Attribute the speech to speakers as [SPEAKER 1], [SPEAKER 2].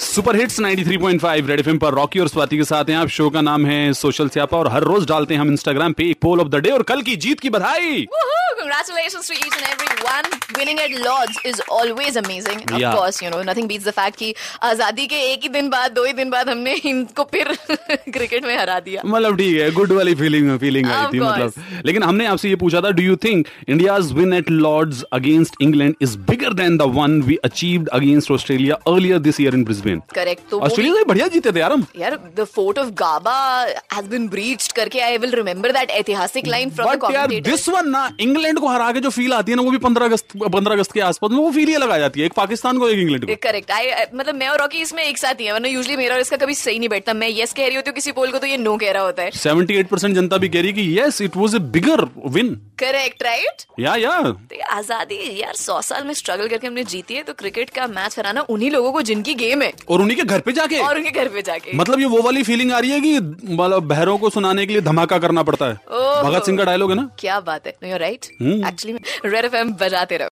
[SPEAKER 1] Super hits 93.5 red FM पर Rocky और स्वाति के साथ हैं आप शो का नाम है सोशल स्यापा और हर रोज डालते हैं हम इंस्टाग्राम पे एक पोल ऑफ द डे और कल की जीत की बधाई
[SPEAKER 2] Woohoo! Congratulations to each and every one. Winning at Lords is always amazing. And
[SPEAKER 1] Yeah.
[SPEAKER 2] Of course, you know, nothing beats the fact कि आजादी के एक ही दिन बाद दो ही दिन बाद हमने इनको फिर क्रिकेट में हरा दिया
[SPEAKER 1] मतलब ठीक है गुड वाली फीलिंग फीलिंग आई
[SPEAKER 2] Of
[SPEAKER 1] थी
[SPEAKER 2] course.
[SPEAKER 1] मतलब लेकिन हमने आपसे ये पूछा था do you think India's win at Lord's against England is bigger than the one we achieved against Australia earlier this year in Brisbane
[SPEAKER 2] correct तो वो
[SPEAKER 1] ऑस्ट्रेलिया से बढ़िया जीते थे यार हम
[SPEAKER 2] यार the fort of Gabba has been breached करके आई विल रिमेंबर दैट ऐतिहासिक लाइन फ्रॉम द
[SPEAKER 1] बट यार दिस वन ना इंग्लैंड को हरा के जो फील आती है ना वो भी पंद्रह अगस्त पंद्रह अगस्त के आसपास में वो फील ही लगा जाती है एक पाकिस्तान को एक इंग्लैंड को
[SPEAKER 2] करेक्ट आई मतलब मैं और रॉकी इसमें एक साथ ही है वरना यूजली मेरा और इसका कभी सही नहीं बैठता मैं यस कह रही होती हूँ किसी पोल को तो ये नो कह रहा होता है
[SPEAKER 1] 78 परसेंट जनता भी कह रही है कि yes it was a bigger win
[SPEAKER 2] correct right
[SPEAKER 1] yeah yeah
[SPEAKER 2] तो ये आजादी यार सौ साल में स्ट्रगल करके हमने जीती है तो क्रिकेट का मैच हराना उन्हीं लोगों को जिनकी गेम है
[SPEAKER 1] और उन्हीं के घर पे जाके
[SPEAKER 2] और उनके घर पे जाके
[SPEAKER 1] मतलब ये वो वाली फीलिंग आ रही है कि मतलब भैरों को सुनाने के लिए धमाका करना पड़ता है
[SPEAKER 2] ओह।
[SPEAKER 1] भगत सिंह का डायलॉग है ना
[SPEAKER 2] क्या बात है you right actually red FM बजाते रहो